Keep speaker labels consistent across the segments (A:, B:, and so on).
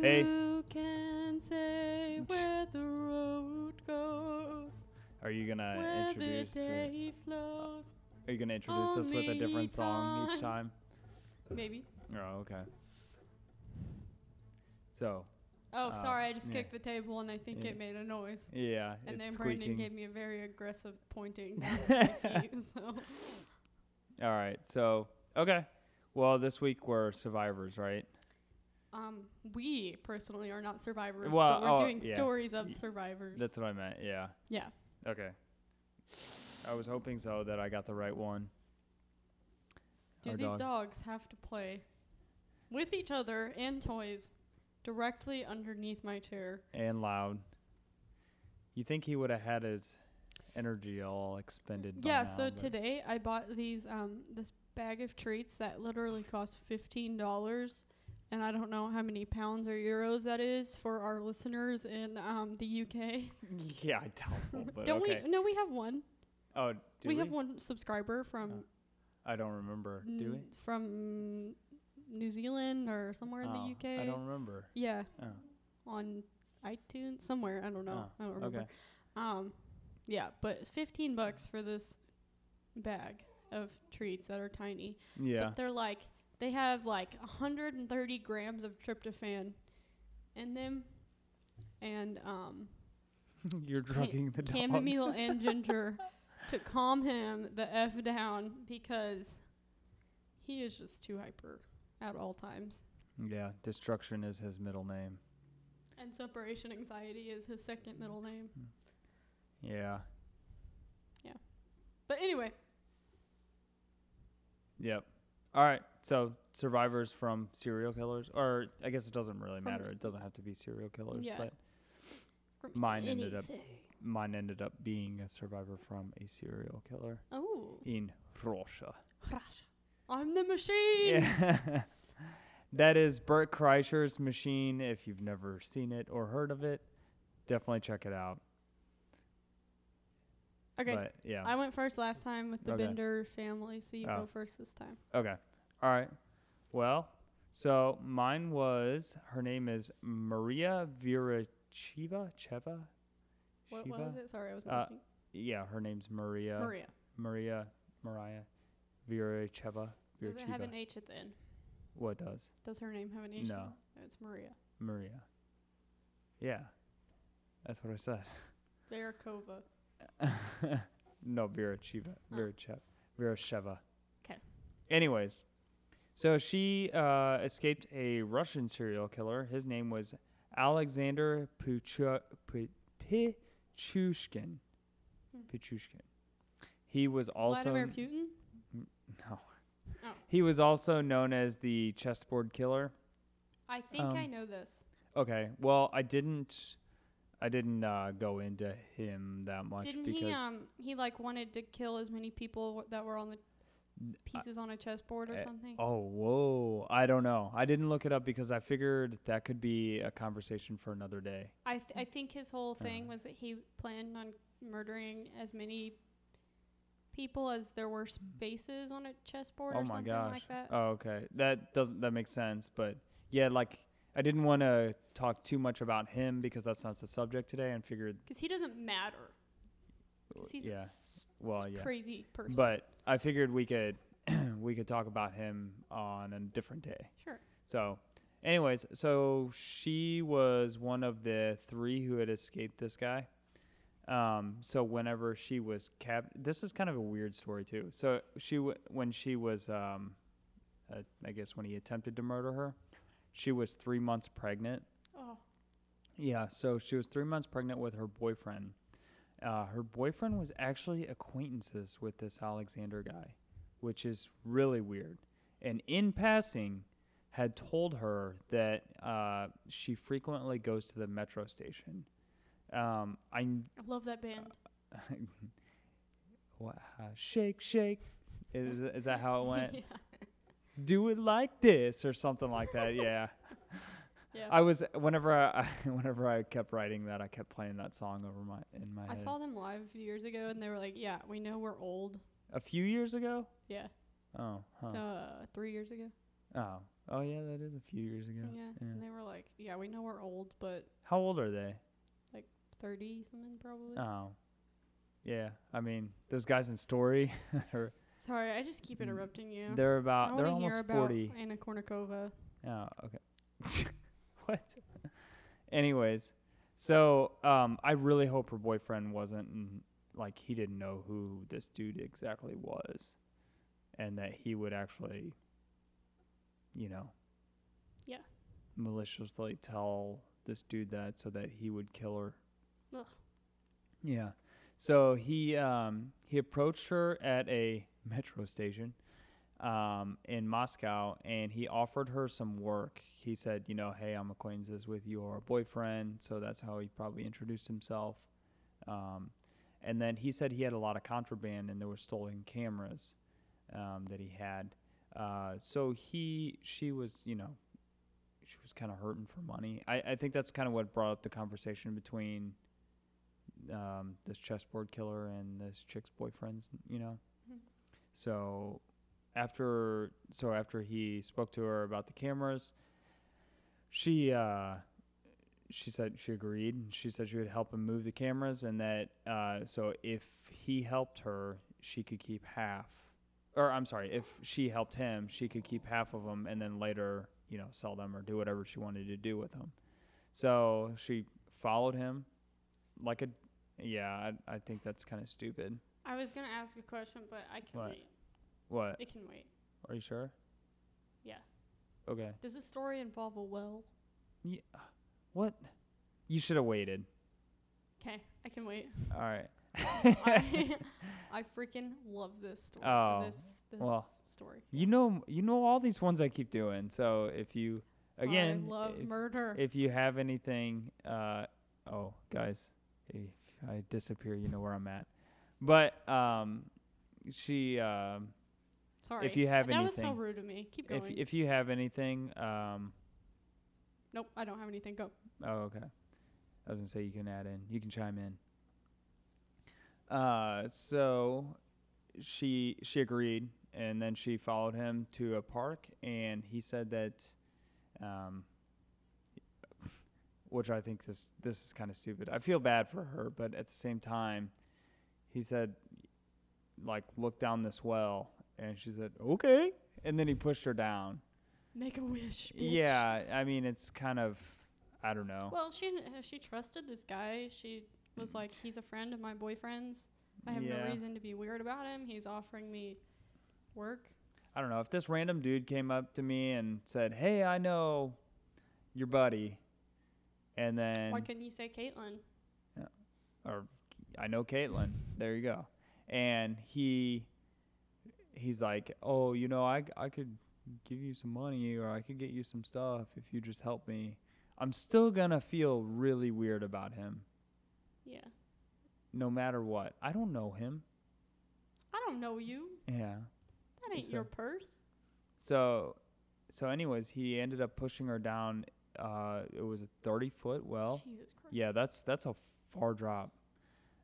A: Hey.
B: Who can say where the road goes?
A: Are you gonna
B: where the
A: introduce? uh,
B: day flows.
A: Are you gonna introduce us with a
B: only
A: different song each time?
B: Maybe.
A: Oh, okay. So,
B: Oh,
A: Uh,
B: sorry, I just
A: yeah.
B: kicked the table and I think
A: Yeah.
B: it made a noise.
A: yeah,
B: And
A: it's
B: then
A: squeaking.
B: Brandon gave me a very aggressive pointing down at my feet. So
A: All right. So, okay. Well, this week we're survivors, right?
B: um, we personally are not survivors,
A: Well,
B: but we're
A: oh,
B: doing
A: yeah.
B: stories of
A: Y-
B: survivors.
A: That's what I meant. Yeah.
B: yeah.
A: Okay. I was hoping so that I got the right one.
B: Do
A: Our
B: these
A: dog.
B: dogs have to play with each other and toys directly underneath my chair?
A: and loud. You think he would have had his energy all expended? by
B: yeah,
A: now,
B: so
A: but-
B: today I bought these um this bag of treats that literally cost fifteen dollars and I don't know how many pounds or euros that is for our listeners in um the UK.
A: yeah, I doubtful, but
B: don't
A: okay.
B: we no we have one.
A: oh, do
B: We, have one subscriber from
A: I don't remember. Do we?
B: n- from New Zealand or somewhere in
A: Oh,
B: the UK.
A: I don't remember.
B: yeah.
A: Oh,
B: On iTunes somewhere. I don't know.
A: Oh,
B: I don't remember.
A: okay.
B: Um, yeah, but fifteen bucks for this bag of treats that are tiny.
A: Yeah.
B: But they're like they have like 130 grams of tryptophan in them, and um,
A: You're
B: ca-
A: drugging the dog.
B: chamomile and ginger to calm him the f down because he is just too hyper at all times.
A: Yeah, destruction is his middle name.
B: And separation anxiety is his second middle name.
A: Yeah.
B: But anyway,
A: Yep. All right. So survivors from serial killers, or I guess it doesn't really
B: From-
A: matter. It doesn't have to be serial killers,
B: Yeah.
A: but
B: from
A: Mine ended up-
B: anything.
A: mine ended up being a survivor from a serial killer
B: Oh,
A: in Russia.
B: Russia. I'm the machine.
A: Yeah. that is Bert Kreischer's Machine. If you've never seen it or heard of it, definitely check it out.
B: Okay.
A: But yeah.
B: I went first last time with the
A: Okay.
B: Bender family, so you
A: Oh.
B: go first this time.
A: okay. All right. Well, so mine was her name is Maria Viracheva Cheva.
B: What,
A: Shiva?
B: what was it? Sorry, I was
A: Uh,
B: not listening.
A: Yeah, her name's Maria.
B: Maria.
A: Maria. Mariah. Viracheva.
B: Does it have
A: Viracheva.
B: an H at the end?
A: What does?
B: Does her name have an H? at
A: No.
B: the end? It's Maria.
A: Maria. Yeah. That's what I said.
B: Verkova.
A: no, Vera Chiva.
B: Oh.
A: Vera Chev. Vera Sheva.
B: 'Kay.
A: Anyways, so she uh, escaped a Russian serial killer. His name was Alexander Puchu- Pu- Pichushkin.
B: Hmm.
A: Pichushkin. He was also
B: Vladimir Putin?
A: no.
B: Oh.
A: He was also known as the chessboard killer.
B: I think I
A: Um,
B: know this.
A: Okay. Well, I didn't. I didn't uh, go into him that much
B: Didn't
A: because
B: he um he like wanted to kill as many people w- that were on the pieces on a chessboard or
A: uh,
B: something?
A: Oh, whoa. I don't know. I didn't look it up because I figured that could be a conversation for another day.
B: I th- I think his whole
A: Uh.
B: thing was that he planned on murdering as many people as there were spaces on a chessboard
A: oh
B: or
A: my
B: something
A: gosh.
B: like that.
A: Oh, okay. That doesn't that makes sense, but yeah, like I didn't want to talk too much about him because that's not the subject today and figured
B: Because he doesn't matter. Because he's a
A: yeah.
B: s-
A: Well, yeah.
B: crazy person.
A: But I figured we could we could talk about him on a different day.
B: sure.
A: So, anyways, so she was one of the three who had escaped this guy. Um, so whenever she was cap, this is kind of a weird story too. So she, w- when she was, um, uh, I guess when he attempted to murder her, she was three months pregnant.
B: Oh,
A: Yeah, so she was three months pregnant with her boyfriend. Uh, her boyfriend was actually acquaintances with this Alexander guy, which is really weird. And in passing, had told her that uh, she frequently goes to the metro station. Um, I
B: I love that band.
A: what, uh, shake, shake. Is, is that how it went?
B: yeah.
A: Do it like this or something like that. Yeah.
B: Yeah.
A: I was whenever I whenever I kept writing that, I kept playing that song over my in my
B: I
A: head.
B: saw them live a few years ago, and they were like, "Yeah, we know we're old."
A: a few years ago.
B: Yeah,
A: Oh, huh.
B: so, uh, three years ago.
A: oh, Oh yeah, that is a few years ago.
B: Yeah.
A: Yeah.
B: And they were like, yeah, we know we're old, but
A: How old are they?
B: 30 something probably.
A: Oh. Yeah. I mean, those guys in story are
B: Sorry, I just keep
A: Mm.
B: interrupting you.
A: they're
B: I
A: about
B: want
A: they're
B: to
A: almost
B: hear about
A: forty.
B: Anna Kournikova.
A: Oh, okay. what? Anyways, so um, I really hope her boyfriend wasn't mm, like he didn't know who this dude exactly was, and that he would actually, you know,
B: Yeah.
A: maliciously tell this dude that so that he would kill her.
B: Ugh.
A: Yeah. So he um, he approached her at a metro station um, in Moscow, and he offered her some work. He said, you know, hey, I'm acquaintances with your boyfriend, so that's how he probably introduced himself. Um, and then he said he had a lot of contraband, and there were stolen cameras um, that he had. Uh, so he, she was, you know, she was kind of hurting for money. I, I think that's kind of what brought up the conversation between um, this chessboard killer and this chick's boyfriend's, you know.
B: Mhm.
A: So after so after he spoke to her about the cameras, she uh, she said she agreed. and She said she would help him move the cameras, and that uh, so if he helped her, she could keep half. Or I'm sorry, if she helped him, she could keep half of them, and then later, you know, sell them or do whatever she wanted to do with them. So she followed him, like a, yeah. I, I think that's kind of stupid.
B: I was going to ask a question, but I can
A: What?
B: wait.
A: What?
B: It can wait.
A: Are you sure?
B: Yeah.
A: Okay.
B: Does this story involve a well?
A: What? You should have waited.
B: Okay, I can wait.
A: All right.
B: I, I freaking love this story.
A: Oh,
B: this this
A: well.
B: story.
A: You know, you know all these ones I keep doing. So if you, again,
B: I love
A: if,
B: murder.
A: if you have anything, uh, oh guys, if I disappear, you know where I'm at. But um, she, um,
B: Sorry.
A: you have
B: that was so
A: anything-
B: rude of me. Keep
A: if
B: going.
A: if you have anything, um,
B: nope, I don't have anything. Go.
A: Oh, okay. I was gonna say you can add in. You can chime in. Uh, so she she agreed, and then she followed him to a park, and he said that, um, which I think this this is kind of stupid. I feel bad for her, but at the same time, he said, like, look down this well, and she said, okay, and then he pushed her down.
B: Make a wish. Bitch.
A: Yeah, I mean, it's kind of, I don't know.
B: Well, she didn't- she trusted this guy. She was like, he's a friend of my boyfriend's. I have
A: Mm. Yeah.
B: no reason to be weird about him. He's offering me work.
A: I don't know if this random dude came up to me and said, "Hey, I know your buddy," and then
B: Why couldn't you say Caitlin?
A: or I know Caitlin. there you go. And he he's like, "Oh, you know, I I could give you some money or I could get you some stuff if you just help me." I'm still gonna feel really weird about him,
B: Yeah.
A: no matter what. I don't know him.
B: I don't know you.
A: Yeah.
B: That ain't
A: So-
B: your purse.
A: So, so anyways, he ended up pushing her down. Uh, it was a 30 foot well.
B: Jesus Christ.
A: Yeah, that's that's a far drop.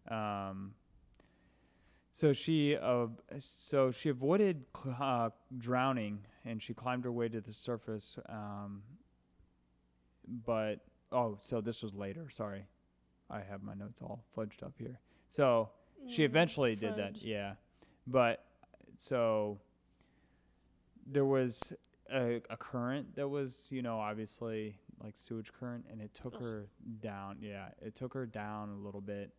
A: Um, so she uh, so she avoided cl- uh, drowning and she climbed her way to the surface. Um, but oh, so this was later. Sorry, I have my notes all fudged up here. So she
B: Mm,
A: eventually did that
B: fudge.
A: yeah but so there was a, a current that was you know obviously like sewage current and it took
B: Ugh.
A: her down yeah it took her down a little bit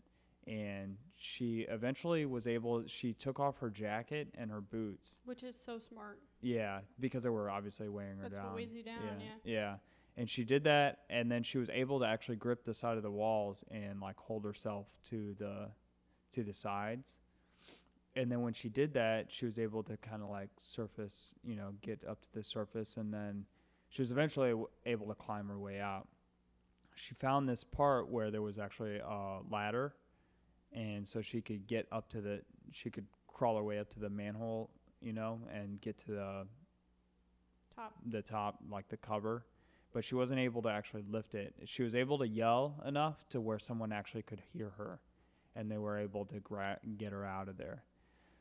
A: and she eventually was able she took off her jacket and her boots
B: Which is so smart.
A: yeah because they were obviously weighing her
B: That's
A: down
B: what weighs you down. Yeah.
A: yeah. And she did that and then she was able to actually grip the side of the walls and like hold herself to the to the sides. And then when she did that, she was able to kind of like surface, you know, get up to the surface and then she was eventually w- able to climb her way out. She found this part where there was actually a ladder and so she could get up to the she could crawl her way up to the manhole, you know, and get to the
B: Top.
A: the top, like the cover, but she wasn't able to actually lift it. She was able to yell enough to where someone actually could hear her, and they were able to gra- get her out of there.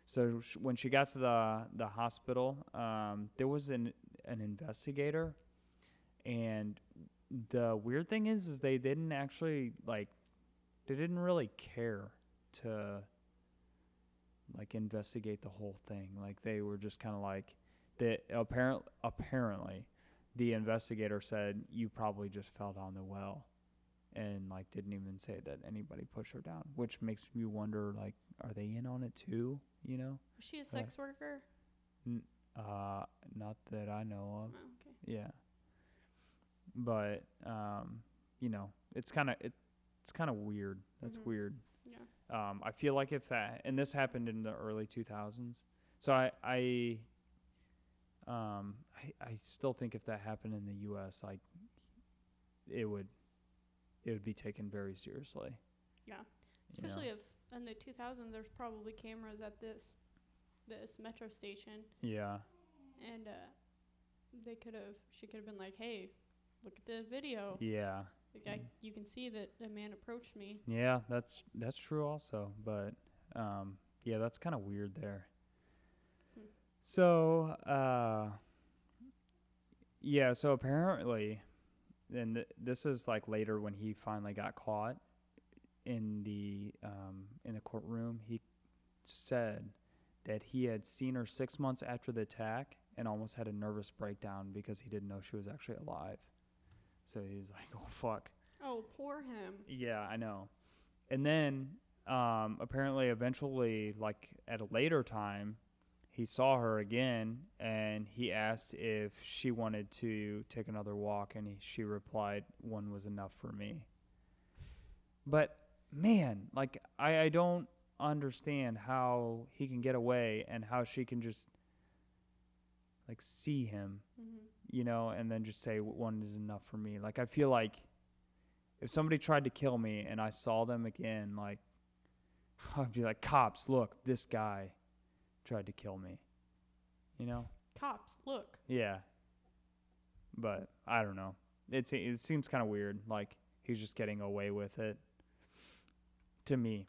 A: So sh- when she got to the the hospital, um, there was an an investigator, and the weird thing is, is they didn't actually like, they didn't really care to like investigate the whole thing. Like they were just kind of like that. Apparent, apparently, the investigator said you probably just fell down the well, and like didn't even say that anybody pushed her down, which makes me wonder like, are they in on it too? You know,
B: Was she a sex worker?
A: uh, not that I know of.
B: Oh, okay.
A: Yeah. But um, you know, it's kind of it, it's kind of weird. That's
B: Mhm.
A: weird.
B: Yeah.
A: Um, I feel like if that and this happened in the early 2000s. So I I um I, I still think if that happened in the US like it would it would be taken very seriously. you know.
B: Especially if in the 2000s, there's probably cameras at this this metro station,
A: Yeah.
B: and uh, they could have she could have been like, "Hey, look at the video.
A: Yeah.
B: Like, I, you can see that a man approached me."
A: Yeah, that's that's true also, but um, yeah, that's kind of weird there.
B: Hmm.
A: So, uh, yeah, so apparently, and th- this is like later when he finally got caught in the um, in the courtroom. He said that he had seen her six months after the attack and almost had a nervous breakdown because he didn't know she was actually alive. So he was like, "Oh fuck."
B: Oh, poor him.
A: Yeah, I know. And then um, apparently, eventually, like at a later time, he saw her again and he asked if she wanted to take another walk, and he, she replied, "One was enough for me." But man, like I, I don't understand how he can get away and how she can just like see him
B: Mm-hmm.
A: you know, and then just say "W- one is enough for me. Like I feel like if somebody tried to kill me and I saw them again, like I'd be like, cops, look, this guy tried to kill me. You know?
B: Cops, look.
A: Yeah. But I don't know. It se- it seems kind of weird. Like he's just getting away with it. To me.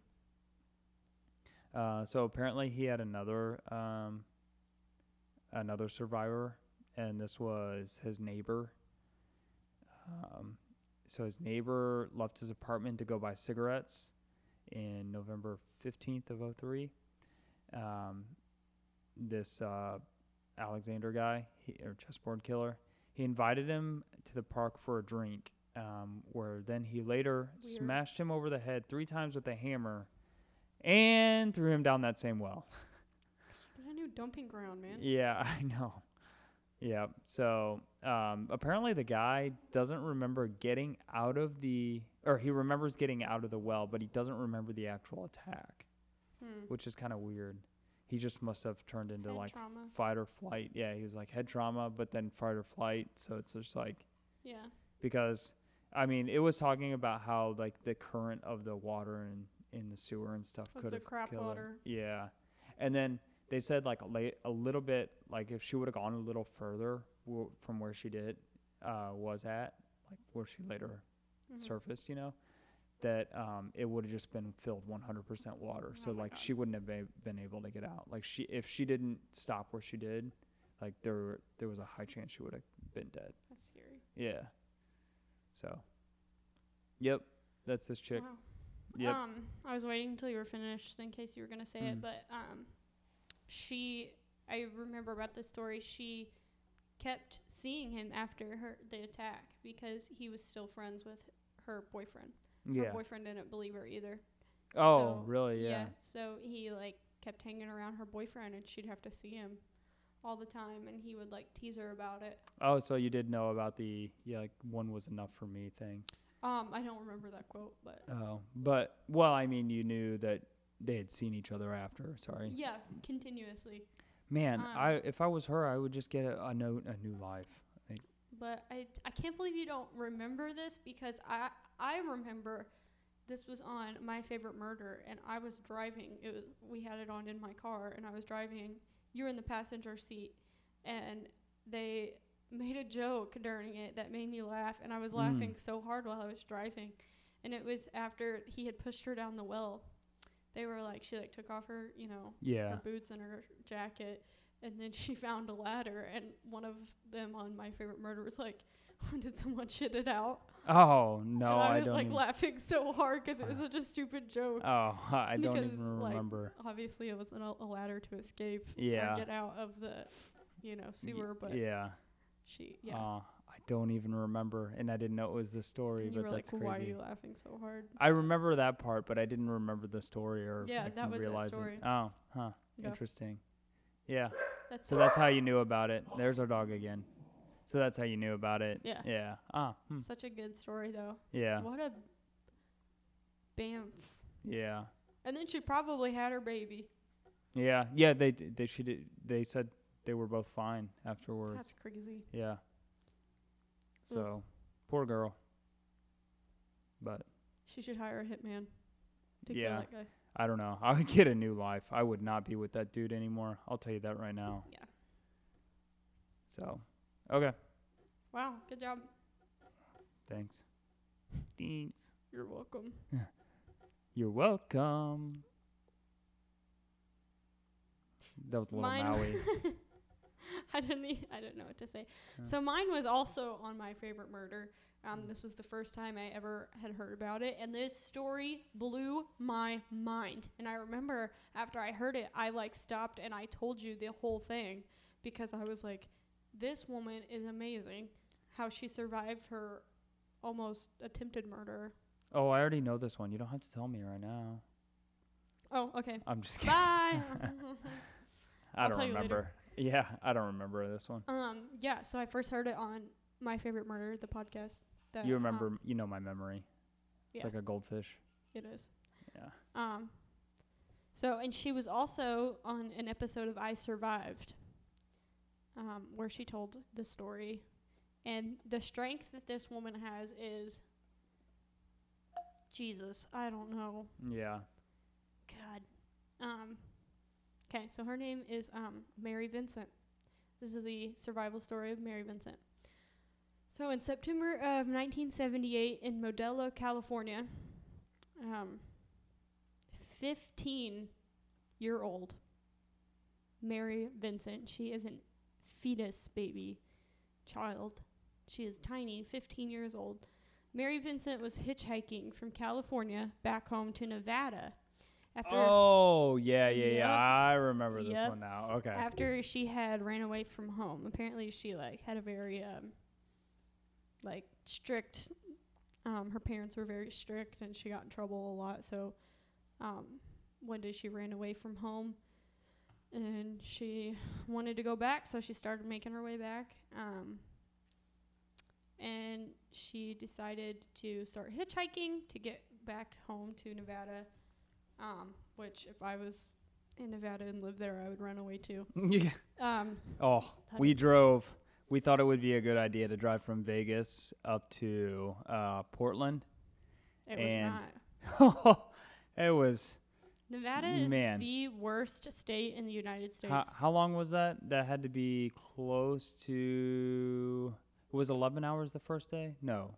A: Uh, so apparently he had another um, another survivor, and this was his neighbor. Um, so his neighbor left his apartment to go buy cigarettes in November fifteenth of 03. Um, this uh, Alexander guy he, or chessboard killer. He invited him to the park for a drink, um, where then he later
B: Weird.
A: smashed him over the head three times with a hammer and threw him down that same well.
B: Get a new dumping ground, man.
A: Yeah, I know. Yeah. So um, apparently the guy doesn't remember getting out of the, or he remembers getting out of the well, but he doesn't remember the actual attack,
B: Hmm.
A: which is kind of weird. He just must have turned into
B: Head
A: like
B: trauma.
A: fight or flight. Yeah, he was like head trauma, but then fight or flight. So it's just like
B: Yeah.
A: because I mean it was talking about how like the current of the water and in the sewer and stuff
B: Of
A: could
B: the
A: have
B: crap
A: killed him.
B: water.
A: Yeah, and then they said like a, la- a little bit like if she would have gone a little further w- from where she did uh, was at like where she later
B: Mhm.
A: surfaced, you know. That um, it would have just been filled 100% water, so
B: Oh my
A: like
B: God.
A: she wouldn't have been, been able to get out. Like she, if she didn't stop where she did, like there there was a high chance she would have been dead.
B: That's scary.
A: Yeah. So. Yep, that's this chick.
B: Wow.
A: Yep.
B: Um, I was waiting until you were finished in case you were gonna say
A: Mm.
B: it, but um, she. I remember about this story. She kept seeing him after her the attack because he was still friends with her boyfriend.
A: yeah.
B: Her boyfriend didn't believe her either.
A: Oh,
B: so-
A: really? Yeah.
B: So he like kept hanging around her boyfriend, and she'd have to see him all the time, and he would like tease her about it.
A: Oh, so you did know about the yeah, like one was enough for me thing.
B: Um, I don't remember that quote, but
A: Oh, but well, I mean, you knew that they had seen each other after. Sorry,
B: yeah, continuously.
A: man.
B: Um,
A: I if I was her, I would just get a, a note, a new life.
B: But I, I can't believe you don't remember this because I I remember this was on my favorite murder and I was driving. It was we had it on in my car and I was driving. You were in the passenger seat and they made a joke during it that made me laugh and I was laughing so hard while I was driving. And it was after he had pushed her down the well. They were like she like took off her, you know,
A: Yeah.
B: her boots and her jacket And then she found a ladder, and one of them on My Favorite Murder was like, "Did someone shit it out?"
A: Oh no,
B: Uh-huh. and I
A: I,
B: was
A: don't. Uh.
B: like
A: even,
B: laughing so hard because it was such a stupid joke.
A: oh, I don't
B: because,
A: even
B: like,
A: remember.
B: Obviously, it wasn't a, a ladder to escape
A: Yeah.
B: or get out of the, you know,
A: Y-
B: sewer. But
A: yeah,
B: she, yeah.
A: Uh, I don't even remember, and I didn't know it was the story.
B: and you
A: but
B: were like,
A: that's
B: "Why are
A: crazy.
B: you laughing so hard?"
A: I remember that part, but I didn't remember the story or
B: Yeah,
A: I
B: that
A: didn't
B: was that
A: realize it.
B: story.
A: Oh, huh.
B: Yeah.
A: Interesting. Yeah.
B: That's
A: So that's how you knew about it. There's our dog again. So that's how you knew about it.
B: Yeah.
A: Yeah. Ah. hmm.
B: such a good story, though.
A: Yeah.
B: What a bamf!
A: Yeah.
B: And then she probably had her baby.
A: Yeah. Yeah. They d- they she did, they said they were both fine afterwards.
B: That's crazy.
A: yeah. So poor girl. But
B: She should hire a hitman to kill
A: Yeah.
B: that guy.
A: I don't know. I would get a new life. I would not be with that dude anymore. I'll tell you that right now.
B: Yeah.
A: So, okay.
B: Wow. Good job.
A: Thanks. Thanks.
B: You're welcome.
A: You're welcome. That was Little
B: Mine-
A: Maui.
B: I didn't. e- I didn't know what to say.
A: Yeah.
B: So mine was also on my favorite murder. Um, this was the first time I ever had heard about it, and this story blew my mind. And I remember after I heard it, I like stopped and I told you the whole thing because I was like, "This woman is amazing. How she survived her almost attempted murder."
A: Oh, I already know this one. You don't have to tell me right now.
B: Oh, okay.
A: I'm just kidding.
B: Bye.
A: I
B: I'll
A: don't
B: tell you later.
A: remember. Yeah, I don't remember this one.
B: um, yeah. So I first heard it on my favorite murder, the podcast. That,
A: You
B: um,
A: remember, m you know my memory. It's
B: yeah.
A: like a goldfish.
B: It is.
A: Yeah.
B: Um. So, and she was also on an episode of I Survived, um, where she told the story, and the strength that this woman has is Jesus. I don't know.
A: Yeah.
B: God. Um. Okay, so her name is um, Mary Vincent. This is the survival story of Mary Vincent. So, in September of 1978 in Modelo, California, um, 15 year old Mary Vincent, she is a fetus baby child. She is tiny, 15 years old. Mary Vincent was hitchhiking from California back home to Nevada after
A: Oh, yeah, yeah,
B: Yep.
A: yeah. I remember this
B: Yep.
A: one now. Okay.
B: after she had ran away from home apparently she like had a very um like strict um her parents were very strict and she got in trouble a lot so um one day she ran away from home and she wanted to go back so she started making her way back um and she decided to start hitchhiking to get back home to Nevada um which if I was in Nevada and lived there I would run away too
A: Yeah.
B: um,
A: Oh,
B: That
A: we
B: is-
A: drove. We thought it would be a good idea to drive from Vegas up to uh, Portland.
B: it was
A: And-
B: not.
A: it was.
B: Nevada is
A: Man.
B: the worst state in the United States.
A: How, how long was that? That had to be close to. It was 11 hours the first day? No.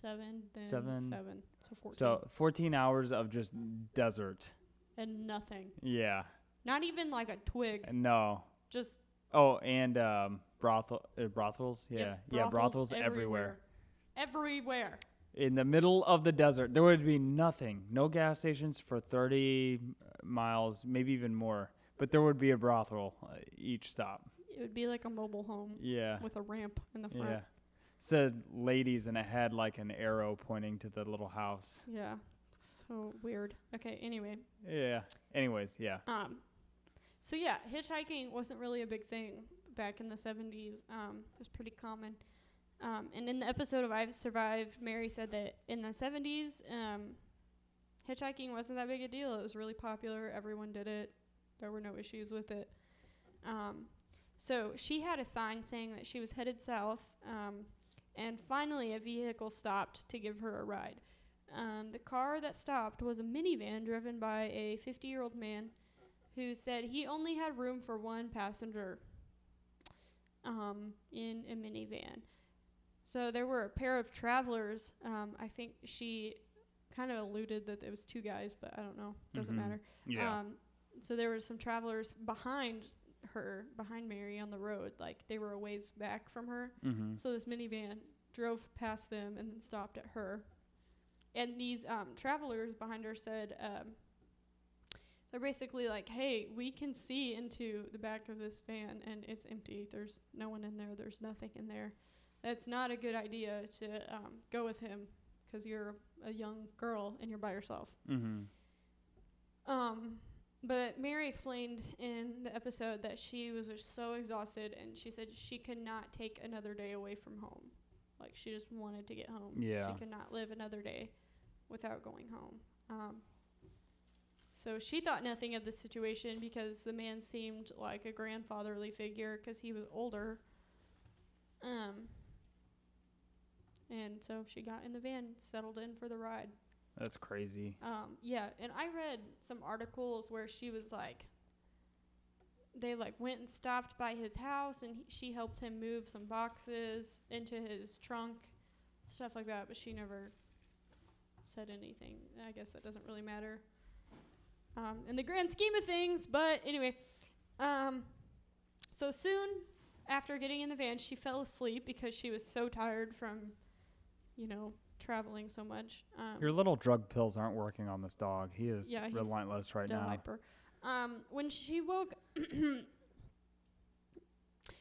B: seven, then
A: Seven.
B: seven, so fourteen,
A: So 14 hours of just desert.
B: and nothing.
A: Yeah.
B: Not even like a twig.
A: No.
B: Just
A: Oh, and um, brothel, uh, brothels? Yeah.
B: yep,
A: yeah, brothels everywhere.
B: everywhere.
A: In the middle of the desert, there would be nothing. No gas stations for 30 miles, maybe even more. But there would be a brothel uh, each stop.
B: It would be like a mobile home
A: Yeah.
B: with a ramp in the front.
A: Yeah. Said ladies and it had like an arrow pointing to the little house.
B: yeah. So weird. Okay. Anyway.
A: Yeah. Anyways, yeah.
B: Um, so yeah, hitchhiking wasn't really a big thing back in the 70s. Um, it was pretty common. Um, and in the episode of I've Survived, Mary said that in the 70s, um, hitchhiking wasn't that big a deal. It was really popular. Everyone did it. There were no issues with it. Um, so she had a sign saying that she was headed south. Um, and finally, a vehicle stopped to give her a ride. Um, the car that stopped was a minivan driven by a 50 year old man who said he only had room for one passenger um, in a minivan. So there were a pair of travelers. Um, I think she kind of alluded that it was two guys, but I don't know. Doesn't
A: Mhm.
B: matter.
A: Yeah.
B: Um, so there were some travelers behind her behind Mary on the road. Like they were a ways back from her.
A: Mm-hmm.
B: So this minivan drove past them and then stopped at her. And these um, travelers behind her said, um, they're basically like, hey, we can see into the back of this van and it's empty. There's no one in there. There's nothing in there. That's not a good idea to um, go with him because you're a young girl and you're by yourself.
A: Mm-hmm.
B: Um, but Mary explained in the episode that she was just so exhausted and she said she could not take another day away from home. Like she just wanted to get home.
A: Yeah.
B: She could not live another day without going home. Um, so she thought nothing of the situation because the man seemed like a grandfatherly figure because he was older. Um, and so she got in the van, settled in for the ride.
A: That's crazy.
B: Um, yeah, and I read some articles where she was like, they like went and stopped by his house, and he, she helped him move some boxes into his trunk, stuff like that. But she never said anything. I guess that doesn't really matter um, in the grand scheme of things. But anyway, um, so soon after getting in the van, she fell asleep because she was so tired from, you know, traveling so much. Um,
A: Your little drug pills aren't working on this dog. He is
B: Yeah, he's
A: relentless right
B: still
A: now.
B: hyper. Um, when she woke,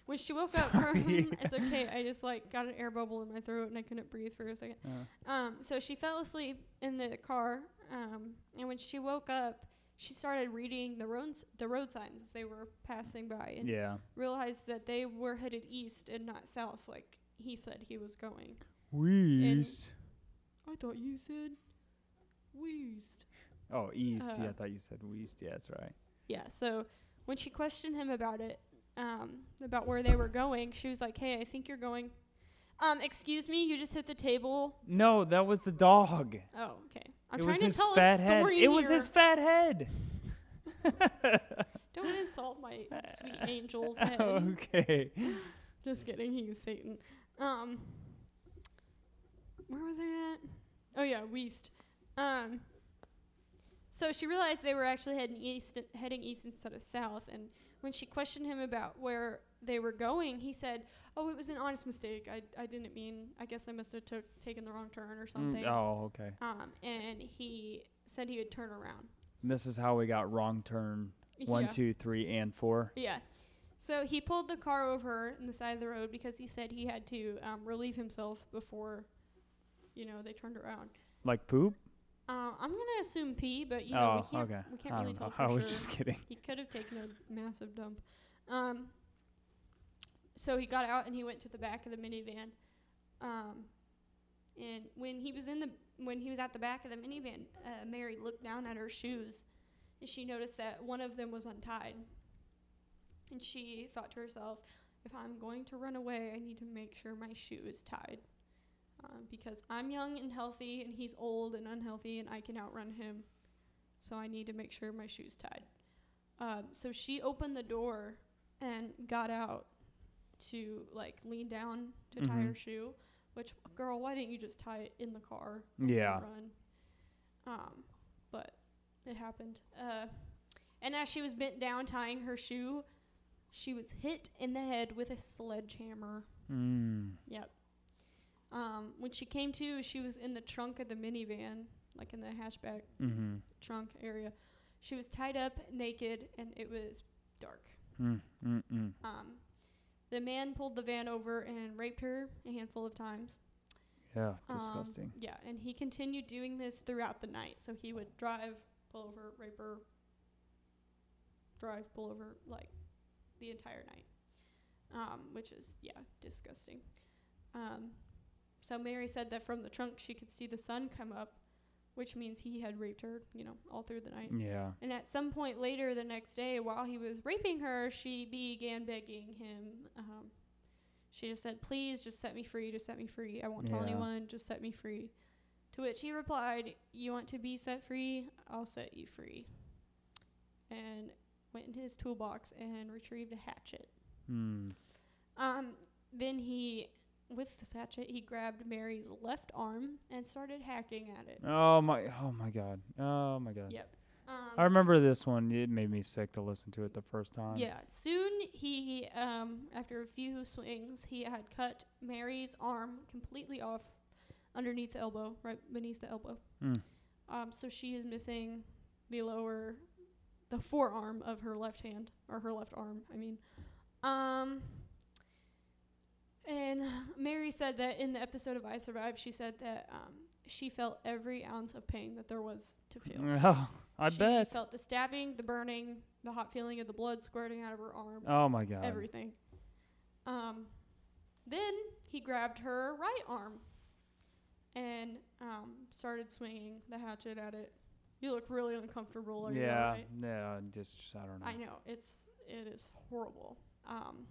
B: when she woke up
A: Sorry.
B: from, it's okay. I just like got an air bubble in my throat and I couldn't breathe for a second.
A: Uh,
B: Um, so she fell asleep in the car, um, and when she woke up, she started reading the road the road signs as they were passing by, and
A: yeah.
B: realized that they were headed east and not south, like he said he was going.
A: Wheeze.
B: I thought you said east.
A: Oh, east. yeah,
B: uh,
A: I thought you said wheeze. Yeah, that's right.
B: Yeah. So when she questioned him about it, um, about where they were going, she was like, "Hey, I think you're going." Um, excuse me, you just hit the table.
A: No, that was the dog.
B: Oh, okay. I'm
A: it was
B: trying to
A: his
B: tell a
A: fat head.
B: story.
A: It was
B: here.
A: his fat head.
B: Don't insult my sweet angel's
A: Oh,
B: head.
A: okay.
B: Just kidding, he's Satan. Um, where was I at? Oh yeah, Weast. Um, so she realized they were actually heading east, heading east instead of south. And when she questioned him about where they were going, he said, "Oh, it was an honest mistake. I, I didn't mean. I guess I must have took taken the wrong turn or something."
A: Mm, oh, okay.
B: Um, and he said he would turn around.
A: And this is how we got wrong turn one,
B: Yeah.
A: two, three, and four.
B: Yeah. So he pulled the car over in the side of the road because he said he had to um, relieve himself before, you know, they turned around.
A: Like poop?
B: Uh, I'm gonna assume pee, but you know
A: oh,
B: we can't
A: okay.
B: we can't
A: I
B: really
A: don't
B: tell
A: know.
B: for
A: I was
B: sure.
A: just kidding.
B: He could have taken a massive dump. Um, so he got out and he went to the back of the minivan. Um, and when he was in the when he was at the back of the minivan, uh, Mary looked down at her shoes, and she noticed that one of them was untied. And she thought to herself, "If I'm going to run away, I need to make sure my shoe is tied." Um, because I'm young and healthy, and he's old and unhealthy, and I can outrun him. So I need to make sure my shoe's tied. Um, so she opened the door and got out to like lean down to tie
A: Mhm.
B: her shoe. Which girl, why didn't you just tie it in the car? and
A: Yeah.
B: Run. Um, but it happened. Uh, and as she was bent down tying her shoe, she was hit in the head with a sledgehammer.
A: Mm.
B: Yep. Um, when she came to, she was in the trunk of the minivan, like in the hatchback
A: Mm-hmm.
B: trunk area. She was tied up, naked, and it was dark.
A: Mm, mm, mm.
B: Um, the man pulled the van over and raped her a handful of times.
A: Yeah,
B: Um,
A: disgusting.
B: yeah, and he continued doing this throughout the night. So he would drive, pull over, rape her, drive, pull over, like the entire night, um, which is, yeah, disgusting. Um, so Mary said that from the trunk she could see the sun come up, which means he had raped her, you know, all through the night.
A: yeah.
B: And at some point later the next day, while he was raping her, she began begging him. Um, she just said, Please, just set me free. Just set me free. I won't tell
A: Yeah.
B: anyone. Just set me free. To which he replied, You want to be set free? I'll set you free. And went into his toolbox and retrieved a hatchet.
A: Mm.
B: Um, then he, with this hatchet, he grabbed Mary's left arm and started hacking at it.
A: Oh my! Oh my God! Oh my God!
B: Yep. Um,
A: I remember this one. It made me sick to listen to it the first time.
B: Yeah. Soon he, um, after a few swings, he had cut Mary's arm completely off underneath the elbow, right beneath the elbow.
A: Mm.
B: Um, so she is missing the lower, the forearm of her left hand, or her left arm, I mean. Um, and Mary said that in the episode of I Survived, she said that um, she felt every ounce of pain that there was to feel.
A: Oh, I
B: she
A: bet.
B: felt the stabbing, the burning, the hot feeling of the blood squirting out of her arm,
A: Oh my god.
B: everything. Um, then he grabbed her right arm and um, started swinging the hatchet at it. You look really uncomfortable. Like
A: yeah.
B: Right?
A: Yeah. Just I don't know.
B: I know it's it is horrible. Um,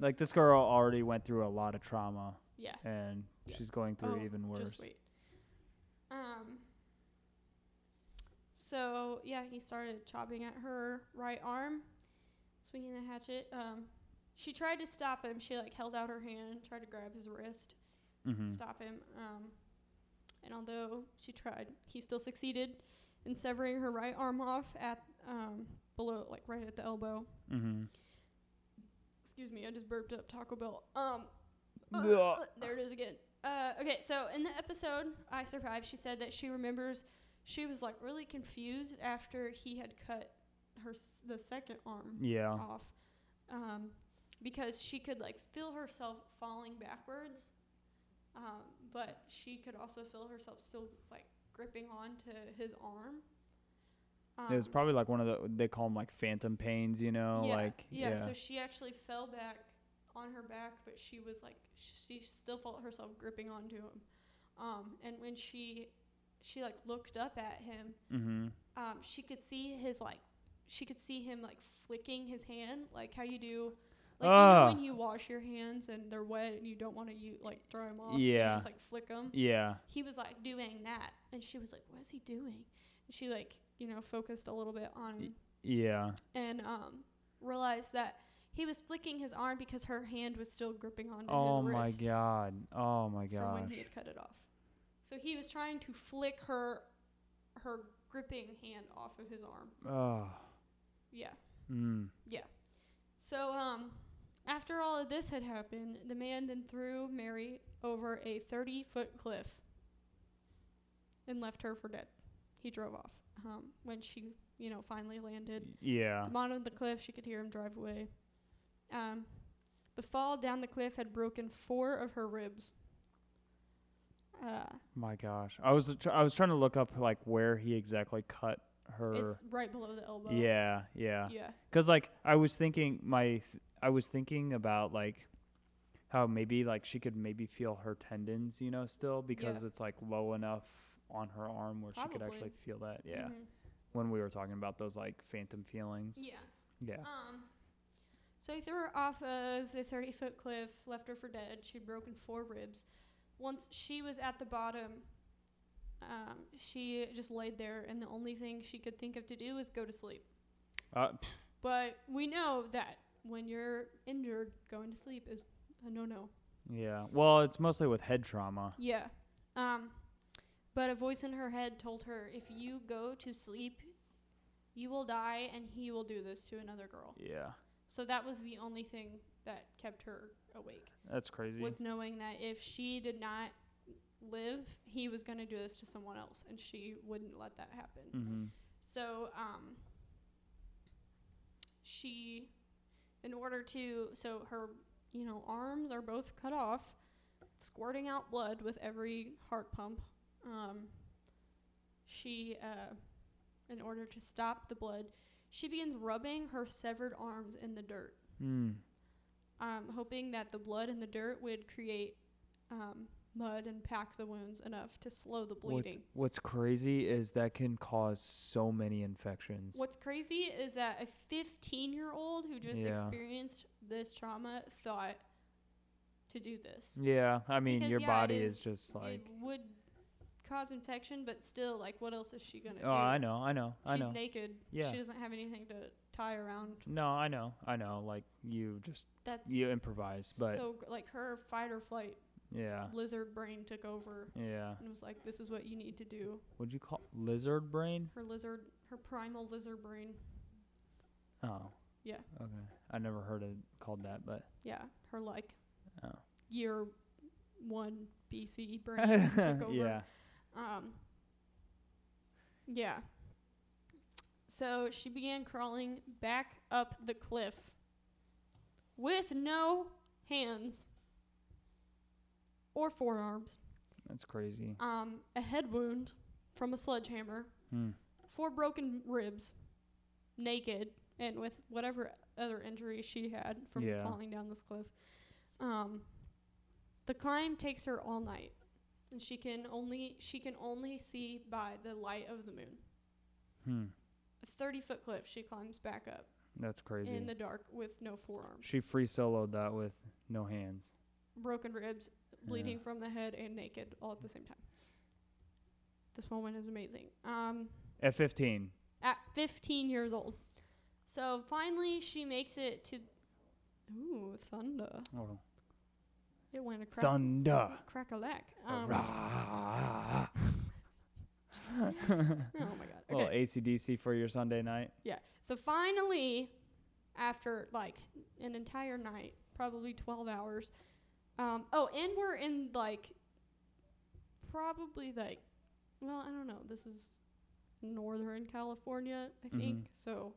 A: Like this girl already went through a lot of trauma,
B: yeah,
A: and
B: Yeah.
A: she's going through
B: Oh,
A: even worse.
B: just wait. Um. So yeah, he started chopping at her right arm, swinging the hatchet. Um, she tried to stop him. She like held out her hand, tried to grab his wrist,
A: hmm
B: stop him. Um, and although she tried, he still succeeded in severing her right arm off at um below like right at the elbow.
A: hmm
B: Excuse me, I just burped up Taco Bell. Um,
A: Ugh.
B: there it is again. Uh, okay, so in the episode I Survived, she said that she remembers she was like really confused after he had cut her s- the second arm
A: Yeah.
B: off, um, because she could like feel herself falling backwards, um, but she could also feel herself still like gripping onto his arm.
A: It was
B: Um,
A: probably like one of the they call them like phantom pains, you know, like
B: yeah, So she actually fell back on her back, but she was like she still felt herself gripping onto him. Um, and when she she like looked up at him,
A: mm-hmm.
B: um, she could see his like she could see him like flicking his hand, like how you do. Like
A: Ah.
B: you know when you wash your hands and they're wet and you don't want to you like dry them off, so you
A: Yeah.
B: just like flick them
A: Yeah.
B: he was like doing that, and she was like, "What is he doing?" And she like you know focused a little bit on him
A: Yeah.
B: and um, realized that he was flicking his arm because her hand was still gripping onto
A: Oh
B: his
A: my
B: wrist
A: god. Oh my
B: from
A: gosh.
B: when he had cut it off. So he was trying to flick her her gripping hand off of his arm.
A: Oh.
B: Yeah.
A: Mm.
B: So um, after all of this had happened, the man then threw Mary over a 30 foot cliff and left her for dead. He drove off. Um, when she, you know, finally landed,
A: Yeah.
B: the bottom of the cliff, she could hear him drive away. Um, the fall down the cliff had broken four of her ribs. Uh,
A: My gosh. I was tr- I was trying to look up like where he exactly cut her.
B: it's right below the elbow.
A: Yeah. Yeah.
B: Yeah.
A: Cuz like I was thinking my th- I was thinking about like how maybe like she could maybe feel her tendons, you know, still because it's like low enough on her arm where she could actually
B: Probably.
A: feel that. Yeah.
B: mhm.
A: When we were talking about those like phantom feelings.
B: Yeah.
A: Yeah.
B: Um, so he threw her off of the 30 foot cliff, left her for dead. She'd broken four ribs. Once she was at the bottom, um, she just laid there, and the only thing she could think of to do was go to sleep.
A: Uh,
B: But we know that when you're injured, going to sleep is a no no.
A: Yeah. Well, it's mostly with head trauma.
B: Yeah. Um, but a voice in her head told her if you go to sleep, you will die, and he will do this to another girl.
A: Yeah.
B: So that was the only thing that kept her awake
A: That's crazy.
B: was knowing that if she did not live, he was going to do this to someone else, and she wouldn't let that happen.
A: mm-hmm.
B: So um, she, in order to, so her, you know, arms are both cut off, squirting out blood with every heart pump. Um, she, uh, in order to stop the blood, she begins rubbing her severed arms in the dirt
A: Mm.
B: um, hoping that the blood and the dirt would create um, mud and pack the wounds enough to slow the
A: What's,
B: bleeding.
A: what's crazy is that can cause so many infections.
B: What's crazy is that a 15 year old who just
A: Yeah.
B: experienced this trauma thought to do this.
A: Yeah. I mean,
B: Because,
A: your
B: yeah, it
A: body
B: is-
A: is, just Mm, like.
B: it would cause infection, but still, like, what else is she gonna do?
A: Oh, I know. I know. I
B: She's
A: know.
B: naked.
A: Yeah.
B: She doesn't have anything to tie around.
A: no, I know. I know. Like you just
B: That's
A: you improvise, but
B: so gr- like her fight or flight
A: Yeah.
B: lizard brain took over
A: Yeah.
B: and was like, "This is what you need to do."
A: Would you call lizard brain?
B: Her lizard, her primal lizard brain.
A: Oh.
B: Yeah.
A: Okay. I never heard it called that, but
B: Yeah, her like
A: Oh.
B: year one BC brain took over.
A: yeah.
B: Um, yeah. So she began crawling back up the cliff with no hands or forearms,
A: That's crazy.
B: um, a head wound from a sledgehammer,
A: Hmm.
B: four broken ribs, naked, and with whatever other injuries she had from
A: Yeah.
B: falling down this cliff. Um, the climb takes her all night, and she can only she can only see by the light of the moon.
A: Hmm.
B: A thirty foot cliff she climbs back up
A: That's crazy.
B: in the dark with no forearms,
A: she free soloed that with no hands.
B: broken ribs, bleeding from the head, and naked all at the same time. This woman is amazing. Um,
A: At 15.
B: at 15 years old. So finally, she makes it to. Ooh, thunder!
A: Oh.
B: It went a crack.
A: Thunder.
B: Crack a lack. Um,
A: Rah.
B: Oh my god.
A: Little
B: Okay.
A: ACDC for your Sunday night.
B: Yeah. So finally, after like an entire night, probably 12 hours. Um. Oh, and we're in like. Probably like, well, I don't know. This is northern California, I
A: Mhm.
B: think. So.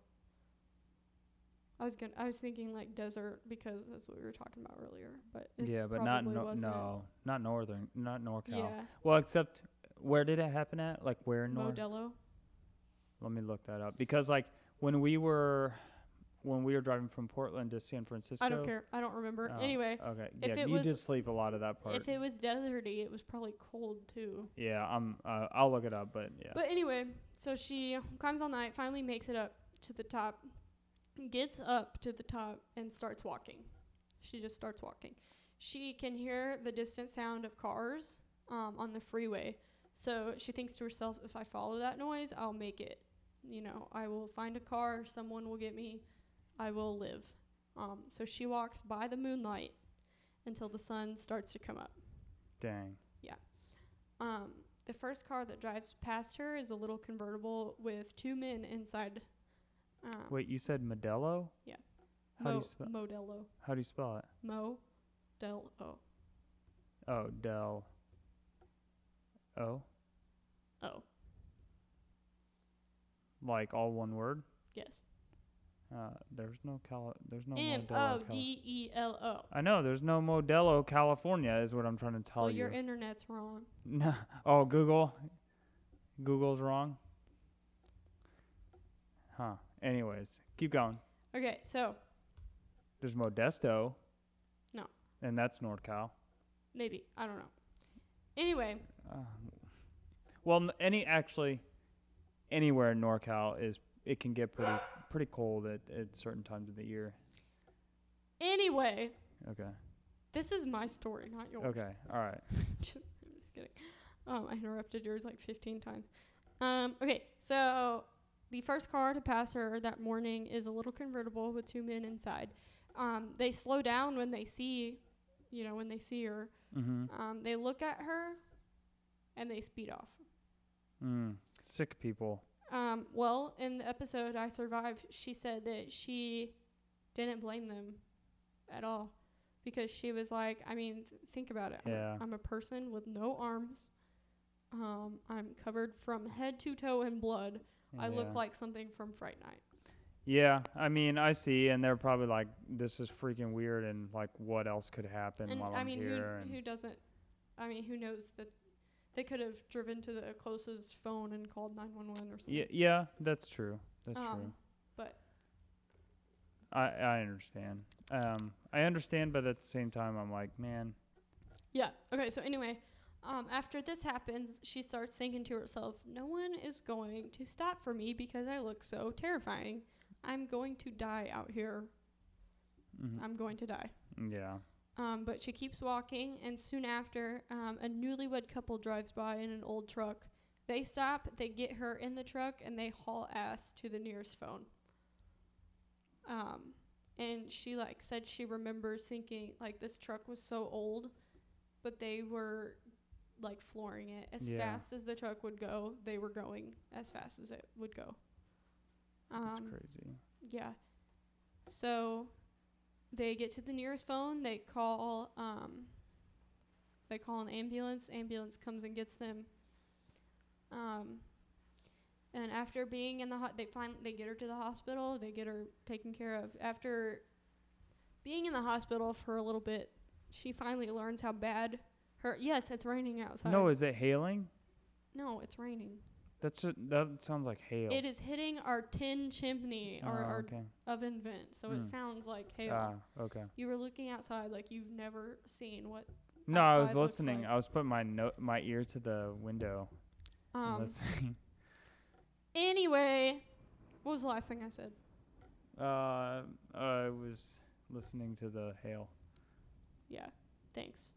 B: I was gonna. I was thinking like desert because that's what we were talking about earlier, but it
A: yeah, but not
B: probably
A: no,
B: wasn't.
A: no, not northern, not NorCal.
B: yeah,
A: Well, except where did it happen at? Like where in North?
B: Modelo.
A: Let me look that up because like when we were when we were driving from Portland to San Francisco.
B: I don't care. I don't remember.
A: Oh,
B: anyway,
A: Okay.
B: if
A: yeah,
B: it
A: you
B: was-
A: did sleep a lot of that part.
B: if it was deserty, it was probably cold too.
A: yeah, I'm. Uh, I'll look it up, but yeah.
B: But anyway, so she climbs all night, finally makes it up to the top, gets up to the top, and starts walking. She just starts walking. She can hear the distant sound of cars um, on the freeway. So she thinks to herself, if I follow that noise, I'll make it. You know, I will find a car, someone will get me, I will live. Um, so she walks by the moonlight until the sun starts to come up.
A: Dang.
B: Um, the first car that drives past her is a little convertible with two men inside. Um,
A: Wait, you said Modelo?
B: Yeah.
A: How do
B: Mo-
A: you spell?
B: Modelo.
A: How do you spell it?
B: Mo. Del. O.
A: Oh, Del. Oh,
B: Oh.
A: like all one word.
B: Yes.
A: Uh, there's no Cali- There's no
B: M
A: Modelo.
B: O
A: Cali-
B: D E L O.
A: I know there's no Modelo, California, is what I'm trying to tell
B: Well,
A: you.
B: your internet's wrong.
A: No. Oh, Google. Google's wrong. Huh. Anyways, keep going.
B: Okay, so
A: There's Modesto.
B: No.
A: And that's NorCal.
B: maybe I don't know. Anyway,
A: Uh, well, n- any actually, anywhere in NorCal is it can get pretty pretty cold at, at certain times of the year.
B: anyway,
A: Okay.
B: this is my story, not yours.
A: Okay. All right.
B: Just- I'm just kidding. Um, I interrupted yours like 15 times. Um, okay, so the first car to pass her that morning is a little convertible with two men inside. Um, they slow down when they see, you know, when they see her.
A: Mm-hmm.
B: Um, they look at her, and they speed off.
A: Mm. Sick people.
B: Um, well, in the episode I survived, she said that she didn't blame them at all because she was like, I mean, th- think about it. I'm a-
A: Yeah.
B: I'm, a person with no arms. Um, I'm covered from head to toe in blood. I
A: Yeah.
B: look like something from Fright Night.
A: Yeah, I mean, I see, and they're probably like, "This is freaking weird," and like, "What else could happen
B: and
A: while
B: I
A: I'm
B: mean,
A: here?"
B: who,
A: and
B: who doesn't? I mean, who knows that they could have driven to the closest phone and called 911 or something.
A: yeah, yeah, that's true. That's
B: Um,
A: true.
B: but-
A: I I understand. Um, I understand, but at the same time, I'm like, man,
B: Yeah. Okay. So anyway, um, after this happens, she starts thinking to herself, "No one is going to stop for me because I look so terrifying. I'm going to die out here.
A: mhm,
B: I'm going to die."
A: mm, yeah,
B: Um, but she keeps walking, and soon after, um, a newlywed couple drives by in an old truck. They stop, they get her in the truck, and they haul ass to the nearest phone. Um, and she like said she remembers thinking like this truck was so old but they were like flooring it as
A: Yeah.
B: fast as the truck would go. They were going as fast as it would go.
A: That's
B: Um,
A: crazy.
B: yeah. So they get to the nearest phone. They call. Um, they call an ambulance. Ambulance comes and gets them. Um, and after being in the hot, they find they get her to the hospital. They get her taken care of. After being in the hospital for a little bit, she finally learns how bad her. Yes, it's raining outside.
A: No, is it hailing?
B: no, it's raining.
A: That's a, that sounds like hail.
B: It is hitting our tin chimney
A: oh,
B: or our
A: okay.
B: oven vent, so
A: Hmm.
B: it sounds like hail.
A: Ah, okay.
B: You were looking outside like you've never seen what.
A: No, I was
B: outside looks
A: listening.
B: like.
A: I was putting my no- my ear to the window and
B: Um,
A: listening.
B: anyway, what was the last thing I said?
A: Uh, I was listening to the hail.
B: Yeah, thanks.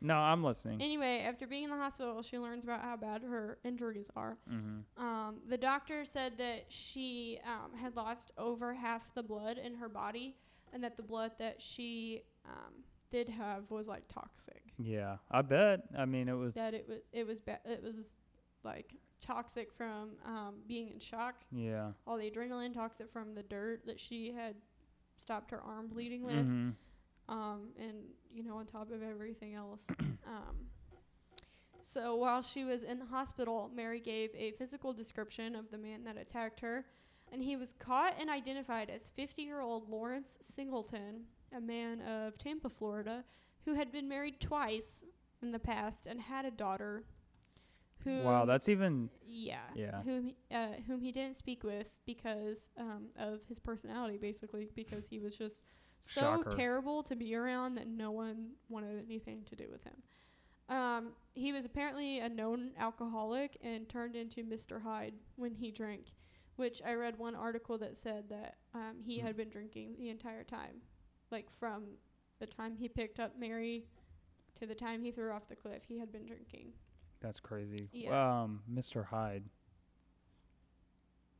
A: No, I'm listening.
B: Anyway, after being in the hospital, she learns about how bad her injuries are.
A: mm-hmm.
B: Um, the doctor said that she um, had lost over half the blood in her body, and that the blood that she um, did have was like toxic.
A: Yeah, I bet. I mean, it was.
B: That it was it was ba- it was like toxic from um, being in shock.
A: yeah.
B: all the adrenaline toxic from the dirt that she had stopped her arm bleeding with
A: hmm
B: um, and you know on top of everything else um, so while she was in the hospital mary gave a physical description of the man that attacked her and he was caught and identified as 50 year old lawrence singleton a man of tampa florida who had been married twice in the past and had a daughter who
A: Wow, that's even.
B: yeah.
A: Yeah.
B: Whom he- uh, whom he didn't speak with because um, of his personality, basically, because he was just so
A: Shocker.
B: terrible to be around that no one wanted anything to do with him. Um, he was apparently a known alcoholic and turned into Mr. Hyde when he drank, which I read one article that said that um, he
A: Hmm.
B: had been drinking the entire time, like from the time he picked up Mary to the time he threw her off the cliff. He had been drinking.
A: That's crazy.
B: Yeah.
A: Um, Mr. Hyde.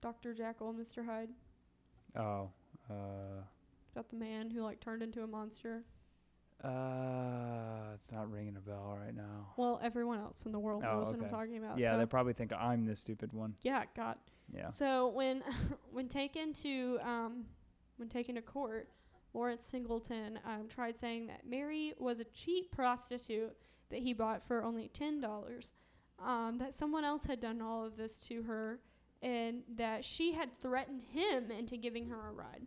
B: Dr. Jackal, Mr. Hyde.
A: Oh. Uh.
B: About the man who like turned into a monster.
A: Uh. It's not ringing a bell right now.
B: Well, everyone else in the world
A: Oh,
B: knows what
A: okay.
B: I'm talking about.
A: yeah, they
B: so.
A: probably think I'm the stupid one.
B: yeah, God.
A: Yeah.
B: So when when taken to um, when taken to court, Lawrence Singleton um, tried saying that Mary was a cheap prostitute that he bought for only ten dollars, um, that someone else had done all of this to her, and that she had threatened him into giving her a ride.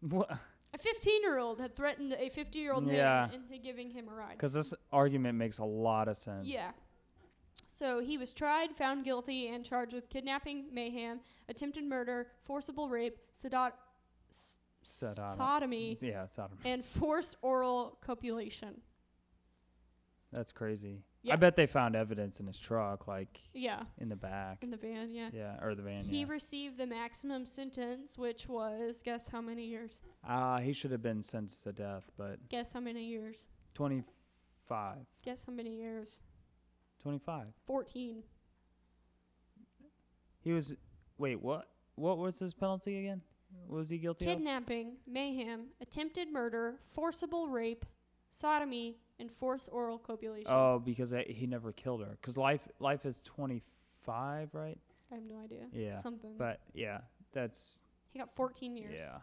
A: What?
B: A 15-year-old had threatened a 50-year-old
A: Yeah.
B: man into giving him a ride.
A: Because this argument makes a lot of sense.
B: Yeah. So he was tried, found guilty, and charged with kidnapping, mayhem, attempted murder, forcible rape, sodot- s-
A: Sodomy.
B: sodomy,
A: Yeah, sodomy.
B: and forced oral copulation.
A: That's crazy. I
B: Yeah.
A: bet they found evidence in his truck, like
B: Yeah,
A: in the back.
B: in the van, yeah.
A: yeah, or the van.
B: He
A: yeah.
B: received the maximum sentence, which was guess how many years?
A: Ah, he should have been sentenced to death, but
B: Guess how many years?
A: 25.
B: Guess how many years?
A: 25.
B: 14.
A: He was. Wait, what? What was his penalty again? What was he guilty of?
B: Kidnapping, mayhem, attempted murder, forcible rape, sodomy, and forced oral copulation.
A: Oh, because I, he never killed her. Because life, life is 25, right?
B: I have no idea.
A: Yeah.
B: Something.
A: But yeah, that's.
B: He got 14 years.
A: Yeah.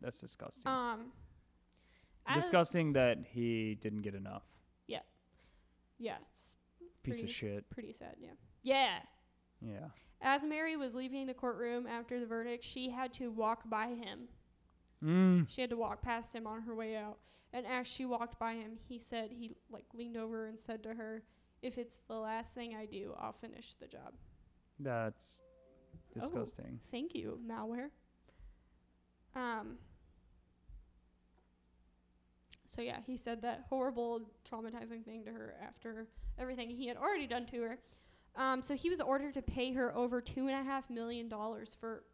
A: That's disgusting.
B: Um. as-
A: disgusting that he didn't get enough.
B: Yeah, it's
A: Piece of
B: Pretty-
A: shit.
B: pretty sad. Yeah. Yeah.
A: Yeah.
B: As Mary was leaving the courtroom after the verdict, she had to walk by him.
A: Mm.
B: She had to walk past him on her way out. And as she walked by him, he said he like leaned over and said to her, "If it's the last thing I do, I'll finish the job."
A: That's
B: Oh.
A: disgusting.
B: Thank you, malware. Um. So yeah, he said that horrible, traumatizing thing to her after everything he had already done to her. Um, so he was ordered to pay her over two and a half million dollars for.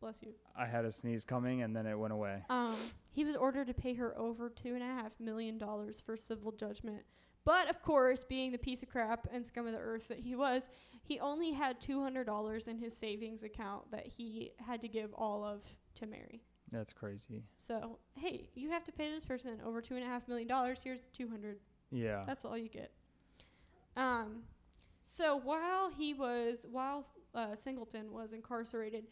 B: Bless you.
A: I had a sneeze coming and then it went away.
B: Um, he was ordered to pay her over two and a half million dollars for civil judgment. But of course, being the piece of crap and scum of the earth that he was, he only had two hundred dollars in his savings account that he had to give all of to Mary.
A: That's crazy.
B: So hey, you have to pay this person over two and a half million dollars. Here's two hundred.
A: Yeah.
B: That's all you get. Um, so while he was while uh, Singleton was incarcerated,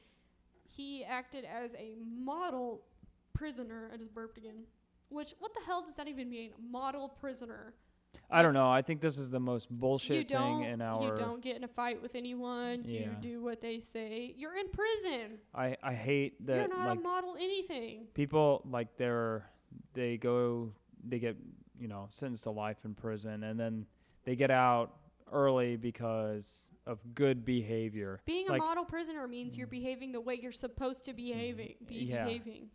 B: he acted as a model prisoner. I just burped again. Which what the hell does that even mean? Model prisoner.
A: I don't know. I think this is the most bullshit
B: you don't
A: thing in our.
B: you don't get in a fight with anyone. You
A: Yeah. do
B: do what they say. You're in prison.
A: I I hate
B: You're
A: that
B: not
A: like
B: a model anything.
A: people like they're they go they get you know sentenced to life in prison and then they get out early because of good behavior.
B: Being
A: like- Mm.
B: a model prisoner means you're behaving the way you're supposed to behaving. Be
A: Yeah.
B: behaving.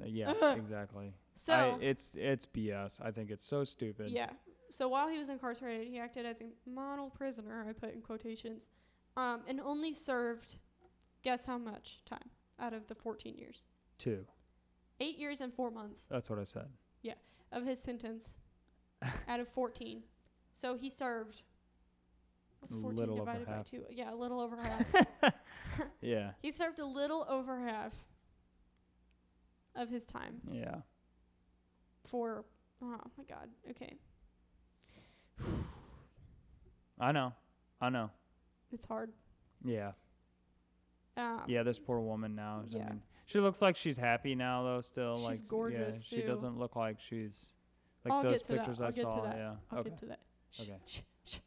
A: Uh, Yeah,
B: Ugh.
A: exactly.
B: Uh-huh. So
A: I, it's it's BS. I think it's so stupid.
B: Yeah. So while he was incarcerated, he acted as a model prisoner, I put in quotations, um, and only served, guess how much time out of the 14 years?
A: Two.
B: Eight years and four months
A: That's what I said.
B: of his sentence out of 14. So he served. What's
A: A
B: 14
A: little over
B: divided by
A: half.
B: 2? Yeah, a little over half.
A: Yeah.
B: he served a little over half of his time
A: Yeah.
B: for. Oh my God. Okay.
A: I know. I know.
B: It's hard.
A: Yeah.
B: Um,
A: Yeah, this poor woman now. I
B: yeah.
A: mean, she looks like she's happy now though. Still,
B: She's
A: like yeah,
B: gorgeous,
A: she
B: too.
A: doesn't look like she's like
B: I'll get
A: those
B: to that.
A: pictures I
B: I'll get to
A: saw.
B: that.
A: Yeah.
B: I'll
A: okay.
B: get to that. Shh,
A: Okay.
B: Shh, shh.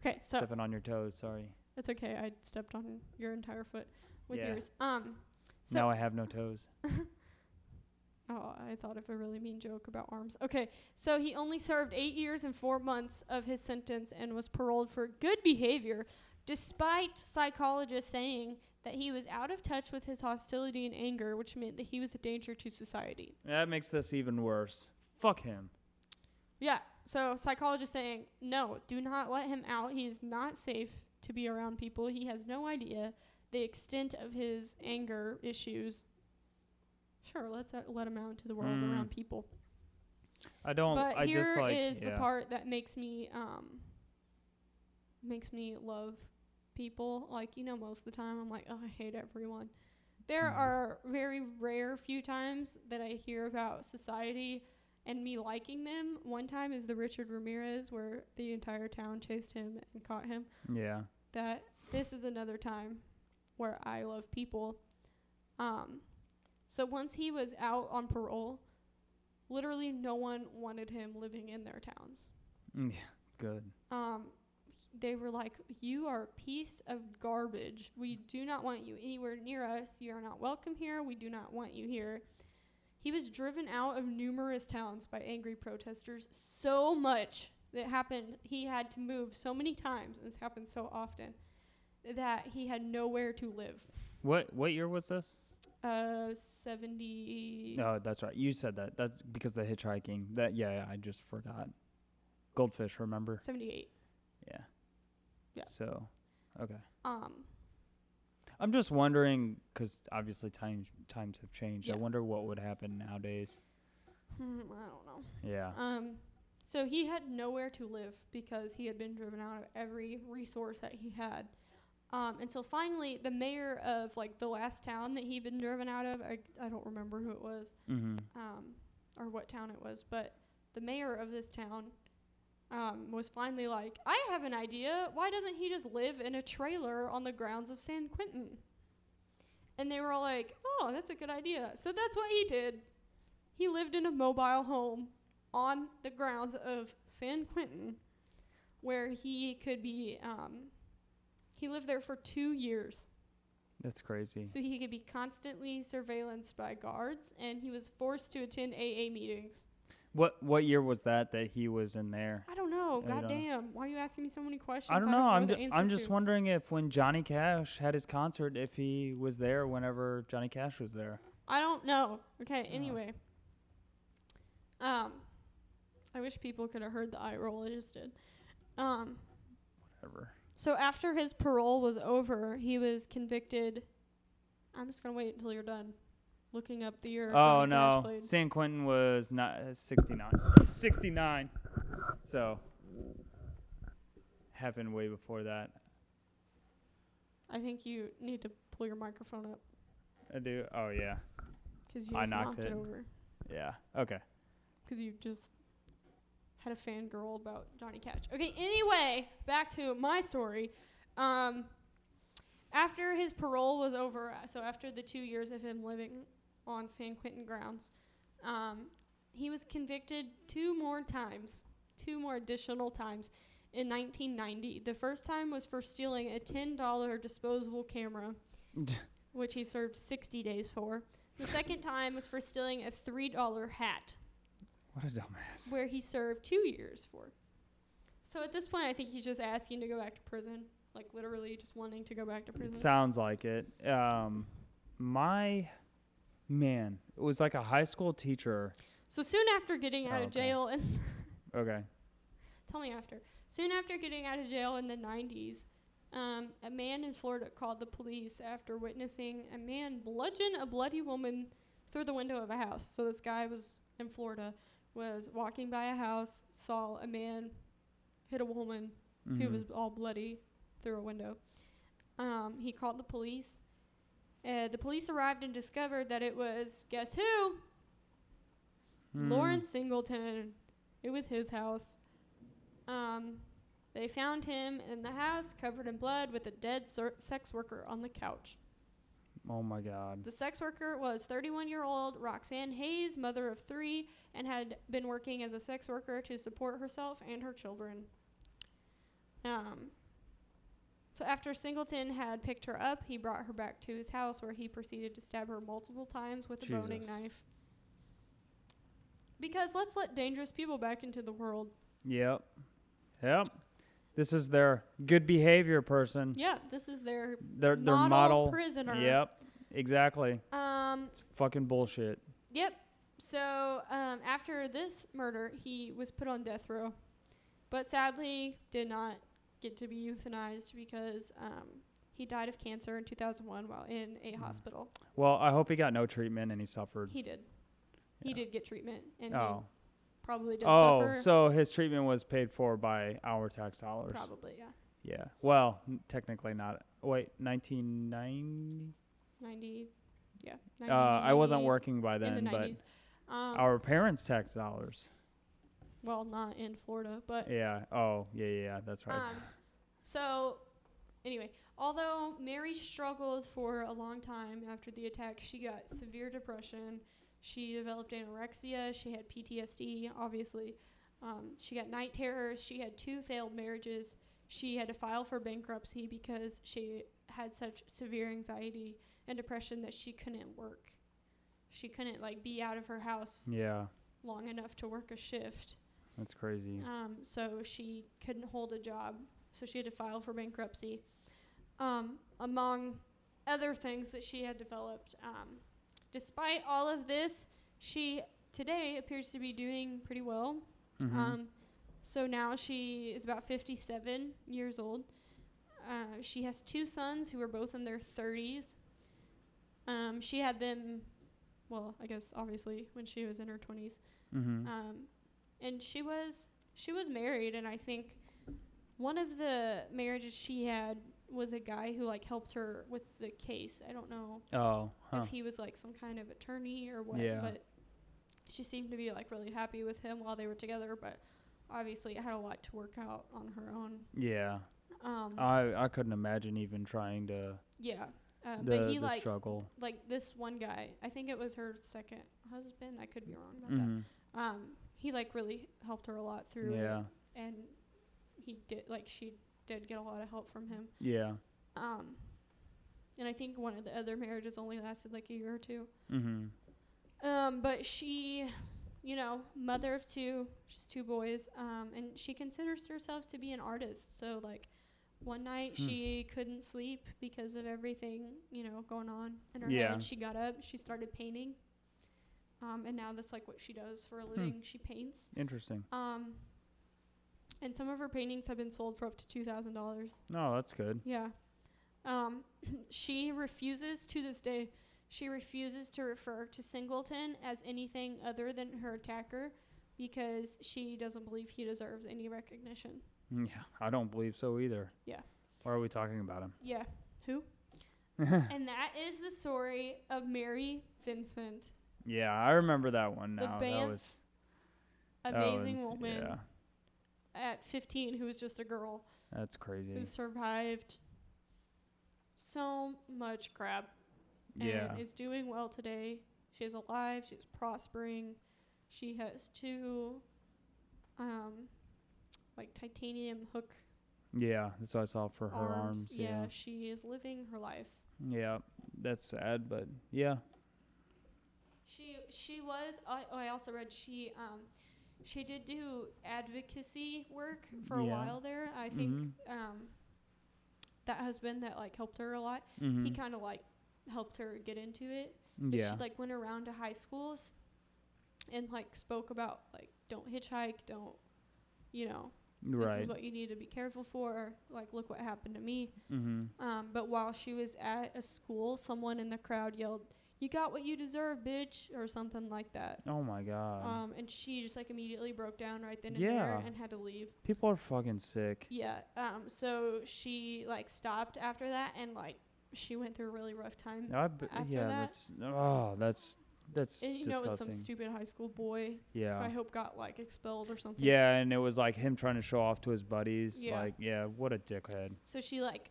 B: Okay, so
A: Stepping on your toes. Sorry.
B: it's okay. I stepped on your entire foot with
A: Yeah.
B: yours. Um, so
A: now I have no toes.
B: oh, I thought of a really mean joke about arms. Okay, so he only served eight years and four months of his sentence and was paroled for good behavior, despite psychologists saying that he was out of touch with his hostility and anger, which meant that he was a danger to society.
A: That makes this even worse. Fuck him.
B: Yeah. So psychologists saying, no, do not let him out. He is not safe to be around people. He has no idea the extent of his anger issues. Sure, let's uh, let him out into the world
A: Mm.
B: around people.
A: I don't.
B: but
A: I
B: here is
A: just like. yeah.
B: the part that makes me um makes me love people. Like you know, most of the time I'm like, oh, I hate everyone. There
A: Mhm.
B: are very rare few times that I hear about society and me liking them. One time is the Richard Ramirez where the entire town chased him and caught him.
A: Yeah.
B: That this is another time where I love people. Um, so once he was out on parole, literally no one wanted him living in their towns.
A: Mm, yeah. Good.
B: Um, they were like, "You are a piece of garbage. We do not want you anywhere near us. You are not welcome here. We do not want you here." He was driven out of numerous towns by angry protesters so much that happened. He had to move so many times, and this happened so often that he had nowhere to live.
A: What What year was this?
B: Uh, seventy.
A: No, that's right. You said that. That's because the hitchhiking. That yeah, yeah. I just forgot. Goldfish. Remember?
B: 78.
A: Yeah.
B: Yeah.
A: So, okay.
B: Um,
A: I'm just wondering because obviously times times have changed. I
B: Yeah.
A: wonder what would happen nowadays.
B: hmm, I don't know.
A: Yeah.
B: Um, so he had nowhere to live because he had been driven out of every resource that he had. Um, until finally, the mayor of like the last town that he'd been driven out of, I, I don't remember who it was
A: Mm-hmm.
B: um, or what town it was, but the mayor of this town um, was finally like, I have an idea. Why doesn't he just live in a trailer on the grounds of San Quentin? And they were all like, oh, that's a good idea. So that's what he did. He lived in a mobile home on the grounds of San Quentin where he could be, um, he lived there for two years.
A: That's crazy.
B: So he could be constantly surveillanced by guards, and he was forced to attend AA meetings.
A: What What year was that that he was in there?
B: I don't know.
A: I don't-
B: Goddamn. Why are you asking me so many questions?
A: I don't know. I'm
B: the
A: ju-
B: answer
A: I'm just
B: to?
A: wondering if when Johnny Cash had his concert, if he was there whenever Johnny Cash was there.
B: I don't know. Okay.
A: Yeah.
B: Anyway. Um, I wish people could have heard the eye roll I just did. Um,
A: Ever.
B: so after his parole was over, he was convicted. I'm just gonna wait until you're done looking up the year.
A: Oh
B: Johnny Cash
A: no,
B: played.
A: San Quentin was not 69. 69. So happened way before that.
B: I think you need to pull your microphone up.
A: I do. Oh yeah.
B: Because you
A: I
B: just
A: knocked
B: knocked it
A: it.
B: over.
A: Yeah. Okay.
B: because you just had a fangirl about Johnny Cash. Okay, anyway, back to my story. Um, after his parole was over, uh, so after the two years of him living on San Quentin grounds, um, he was convicted two more times, two more additional times in 1990. The first time was for stealing a $10 disposable camera which he served 60 days for. The second time was for stealing a $3 hat,
A: What a dumbass.
B: where he served two years for. So at this point, I think he's just asking to go back to prison, like literally just wanting to go back to prison.
A: It sounds like it. Um, my man, it was like a high school teacher.
B: so soon after getting out
A: Oh,
B: of
A: okay.
B: jail, and
A: Okay.
B: tell me after, soon after getting out of jail in the 90s, um, a man in Florida called the police after witnessing a man bludgeon a bloody woman through the window of a house. So this guy was in Florida, was walking by a house, saw a man hit a woman, who
A: Mhm.
B: was all bloody through a window. Um, he called the police. Uh, the police arrived and discovered that it was guess who?
A: Mm.
B: Lawrence Singleton. It was his house. Um, they found him in the house, covered in blood, with a dead ser- sex worker on the couch.
A: Oh my God.
B: The sex worker was 31 year old Roxanne Hayes, mother of three, and had been working as a sex worker to support herself and her children. Um, so, after Singleton had picked her up, he brought her back to his house where he proceeded to stab her multiple times with a boning
A: Jesus.
B: knife. Because let's let dangerous people back into the world.
A: Yep. Yep. This is their good behavior person.
B: Yeah, this is their,
A: Their their
B: model,
A: model.
B: prisoner.
A: Yep. Exactly.
B: Um,
A: It's fucking bullshit.
B: Yep. So um, after this murder, he was put on death row, but sadly did not get to be euthanized because um, he died of cancer in 2001 while in a
A: Hmm.
B: hospital.
A: Well, I hope he got no treatment and he suffered.
B: He did. He
A: Yeah.
B: did get treatment, and
A: oh.
B: he probably did
A: Oh,
B: suffer.
A: so his treatment was paid for by our tax dollars.
B: probably, yeah.
A: Yeah. Well, n- technically not. Wait, 1990?
B: 90. Yeah.
A: Uh, I wasn't
B: 90
A: working by then,
B: in the
A: but
B: 90s. Um,
A: our parents' tax dollars.
B: well, not in Florida, but
A: Yeah. Oh, yeah, yeah, yeah. That's right.
B: Um, so, anyway, although Mary struggled for a long time after the attack, she got severe depression. She developed anorexia. She had PTSD, obviously. Um, she got night terrors. She had two failed marriages. She had to file for bankruptcy because she had such severe anxiety and depression that she couldn't work. She couldn't like be out of her house
A: yeah.
B: long enough to work a shift.
A: That's crazy.
B: Um, so she couldn't hold a job, so she had to file for bankruptcy. Um, among other things that she had developed, um, despite all of this, she today appears to be doing pretty well.
A: Mhm.
B: Um, so now she is about 57 years old. Uh, she has two sons who are both in their 30s. Um, she had them, well, I guess obviously when she was in her 20s.
A: Mhm.
B: Um, and she was she was married, and I think one of the marriages she had was a guy who like helped her with the case. I don't know
A: oh, huh.
B: if he was like some kind of attorney or what,
A: Yeah.
B: but she seemed to be like really happy with him while they were together. But obviously, it had a lot to work out on her own.
A: yeah.
B: Um,
A: I I couldn't imagine even trying to
B: yeah, uh,
A: the,
B: but he
A: the
B: like
A: struggle.
B: like this one guy. I think it was her second husband. I could be wrong about
A: Mhm.
B: that. Um, he like really helped her a lot through it.
A: Yeah.
B: and he did like she did get a lot of help from him
A: Yeah.
B: um and i think one of the other marriages only lasted like a year or two
A: Mhm.
B: um but she you know mother of two she's two boys um and she considers herself to be an artist so like one night
A: Hmm.
B: she couldn't sleep because of everything you know going on in her
A: Yeah.
B: head she got up she started painting um and now that's like what she does
A: Hmm.
B: for a living she paints
A: Interesting.
B: um, and some of her paintings have been sold for up to two thousand dollars.
A: No, that's good.
B: Yeah. Um, she refuses to this day. She refuses to refer to Singleton as anything other than her attacker because she doesn't believe he deserves any recognition.
A: Yeah. I don't believe so either.
B: Yeah.
A: Why are we talking about him?
B: Yeah. Who? and that is the story of Mary Vincent
A: Yeah, I remember that one
B: The
A: now. that was
B: Bantz
A: that
B: amazing
A: was-
B: woman
A: Yeah,
B: at 15 who was just a girl
A: that's crazy.
B: who survived so much crap and
A: yeah,
B: is doing well today. She is alive. She's prospering. She has two, um, like titanium hook
A: yeah. That's what I saw for her
B: arms.
A: arms.
B: yeah.
A: yeah,
B: she is living her life.
A: yeah. That's sad, but yeah.
B: She she was. I oh, I also read she um, she did do advocacy work for a
A: Yeah.
B: while there. I think
A: Mhm.
B: um, that husband that like helped her a lot.
A: Mm-hmm.
B: He kind of like helped her get into it. But
A: yeah,
B: she like went around to high schools and like spoke about like don't hitchhike, don't you know, this
A: right.
B: is what you need to be careful for. Like look what happened to me.
A: mm-hmm.
B: Um, but while she was at a school, someone in the crowd yelled, "You got what you deserve, bitch," or something like that.
A: Oh my god.
B: Um, and she just like immediately broke down right then and there
A: Yeah.
B: and had to leave.
A: People are fucking sick.
B: Yeah. Um, so she like stopped after that and like she went through a really rough time.
A: I b-
B: after
A: yeah,
B: that-
A: that's oh, that's that's
B: And you know, it was
A: disgusting.
B: some stupid high school boy
A: yeah.
B: I hope got like expelled or something.
A: Yeah, and it was like him trying to show off to his buddies.
B: Yeah.
A: Like, yeah, what a dickhead.
B: So she like,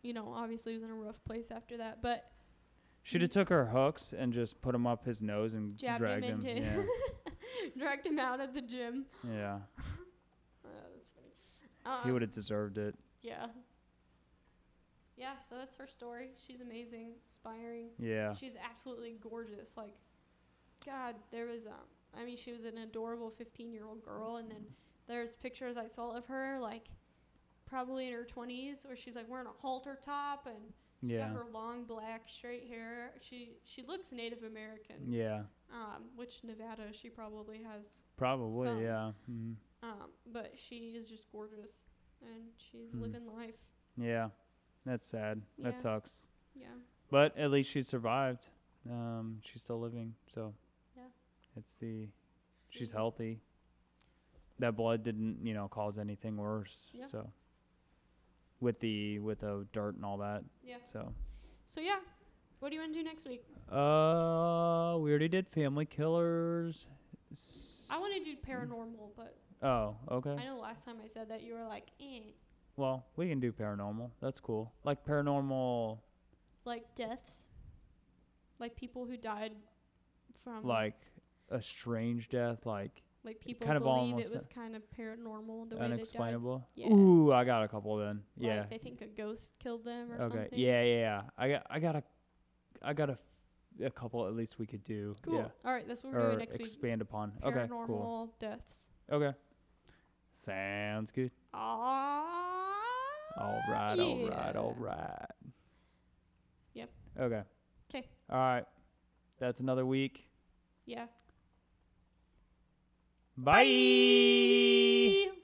B: you know, obviously was in a rough place after that, but
A: Should have took her hooks and just put him up his nose and
B: Mm-hmm. Jabbed him
A: dragged him.
B: into- dragged him out of the gym.
A: Yeah, yeah.
B: Oh, that's funny. Um,
A: he would have deserved it.
B: Yeah. Yeah. So that's her story. She's amazing, inspiring.
A: Yeah,
B: She's absolutely gorgeous. Like, God, there was um. I mean, she was an adorable 15-year-old girl, and then there's pictures I saw of her, like, probably in her 20s, where she's like wearing a halter top and She's
A: yeah,
B: got her long black straight hair. She she looks Native American,
A: yeah.
B: um, which Nevada she probably has.
A: Probably,
B: Some.
A: yeah, mm,
B: Um, but she is just gorgeous, and she's
A: Mhm.
B: living life.
A: yeah. That's sad.
B: Yeah.
A: That sucks.
B: Yeah,
A: But at least she survived. Um, she's still living, so
B: Yeah.
A: It's the she's
B: Mhm.
A: healthy. That blood didn't, you know, cause anything worse.
B: Yeah.
A: So with the with the dirt and all that,
B: yeah.
A: so.
B: So yeah, what do you want to do next week?
A: Uh, we already did Family Killers. S-
B: I want to do paranormal, but
A: Oh, okay.
B: I know last time I said that you were like, eh,
A: Well, we can do paranormal. That's cool. Like paranormal,
B: like deaths, like people who died from
A: like a strange death, like
B: like people
A: kind of
B: believe
A: almost uh,
B: it was kind of paranormal the way they died.
A: unexplainable.
B: Yeah.
A: Ooh, I got a couple then. Yeah.
B: Like they think a ghost killed them or
A: okay.
B: something.
A: Yeah, yeah, yeah. I got, I got a, I got a, f- a couple at least we could do.
B: Cool.
A: Yeah.
B: All right, that's what we're
A: Or
B: doing next week.
A: expand upon. Okay.
B: Paranormal
A: Cool.
B: deaths.
A: Okay. Sounds good. All right, all right, all
B: yeah.
A: right.
B: Yep.
A: Okay.
B: 'Kay.
A: All right. That's another week.
B: Yeah.
A: Bye.
B: Bye.